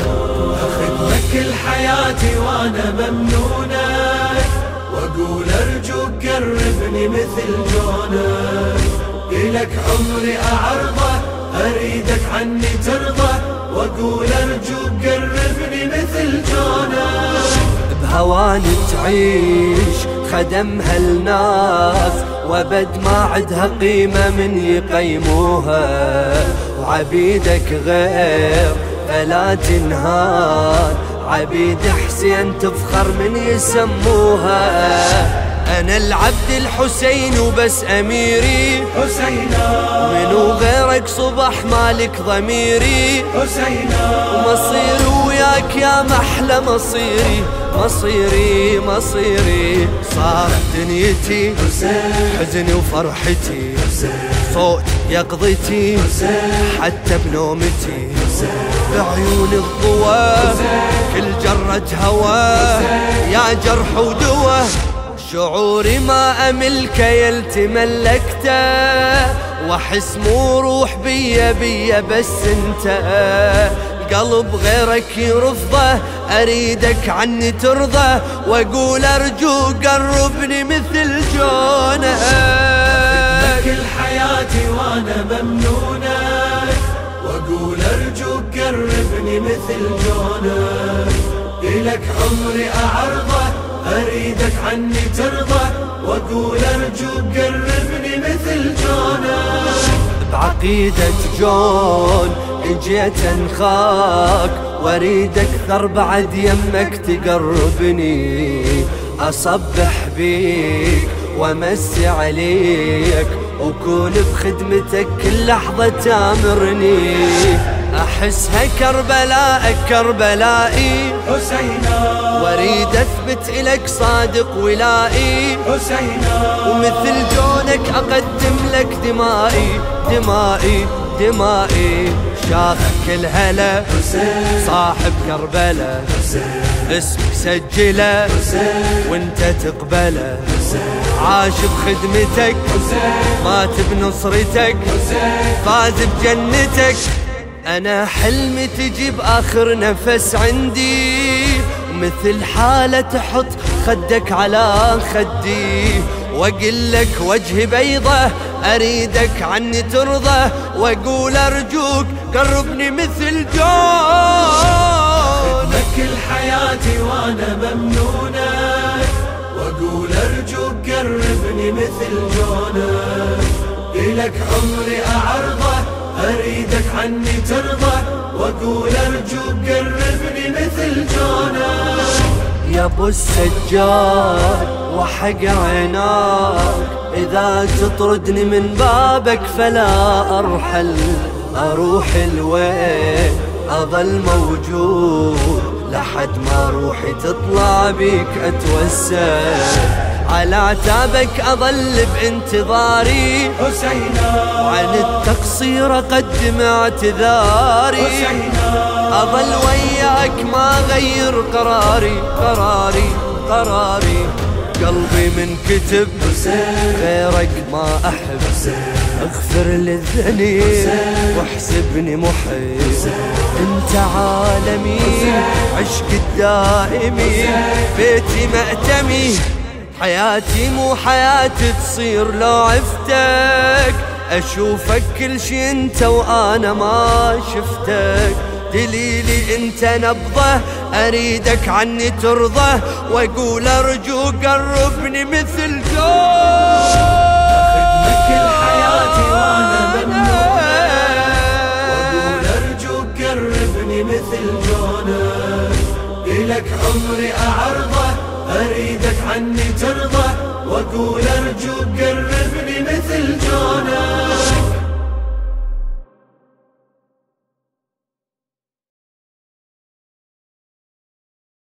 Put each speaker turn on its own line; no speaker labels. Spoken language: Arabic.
خدمك لحياتي وانا ممنونك واقول ارجوك قربني مثل جونك الك عمري اعرضه اريدك عني ترضى واقول ارجوك قربني مثل جونك
بهوان تعيش خدم هالناس وابد ما عدها قيمة من يقيموها وعبيدك غير فلا تنهان عبيد حسين تفخر من يسموها أنا العبد الحسين وبس أميري
حسينا
منو غيرك صبح مالك ضميري
حسينا
مصير وياك يا محلى مصيري مصيري مصيري صارت دنيتي حزني وفرحتي صوت يقظتي حتى بنومتي بعيون الضوى كل جرة هوى يا جرح ودوى شعوري ما أملك يلتي ملكته واحس مو روح بيا بيا بس انت القلب غيرك يرفضه اريدك عني ترضى واقول ارجوك قربني مثل جونك
كل حياتي وانا ممنونك واقول ارجوك قربني مثل جونك الك عمري اعرضه اريدك عني ترضى واقول ارجوك قربني مثل جونك
بعقيدة جون اجيت انخاك واريد اكثر بعد يمك تقربني اصبح بيك وامسي عليك وكون بخدمتك كل لحظة تامرني احسها كربلاء كربلائي
حسينا
واريد اثبت الك صادق ولائي
حسينا
ومثل جونك أقدم لك دمائي دمائي دمائي شاخك الهلا صاحب كربلة اسمك سجله وانت تقبله عاش بخدمتك مات بنصرتك فاز بجنتك انا حلمي تجيب اخر نفس عندي مثل حالة تحط خدك على خدي واقول لك وجهي بيضة اريدك عني ترضى واقول ارجوك قربني مثل جون
لك حياتي وانا ممنونك واقول ارجوك قربني مثل جونك الك عمري اعرضه اريدك عني ترضى واقول ارجوك قربني مثل جونك
يا ابو السجاد وحق عيناك اذا تطردني من بابك فلا ارحل اروح الوين اظل موجود لحد ما روحي تطلع بيك اتوسل على تابك اظل بانتظاري
حسينا
عن التقصير اقدم اعتذاري
حسينا
أظل وياك ما غير قراري قراري قراري قلبي من كتب غيرك ما أحب اغفر للذنب واحسبني محب انت عالمي عشقي الدائمي بيتي مأتمي حياتي مو حياتي تصير لو عفتك اشوفك كل شي انت وانا ما شفتك دليلي انت نبضه اريدك عني ترضى واقول ارجوك قربني مثل
لك
جون
حياتي وانا واقول ارجوك قربني مثل جونك الك عمري اعرضه اريدك عني ترضى واقول ارجوك قربني مثل جونك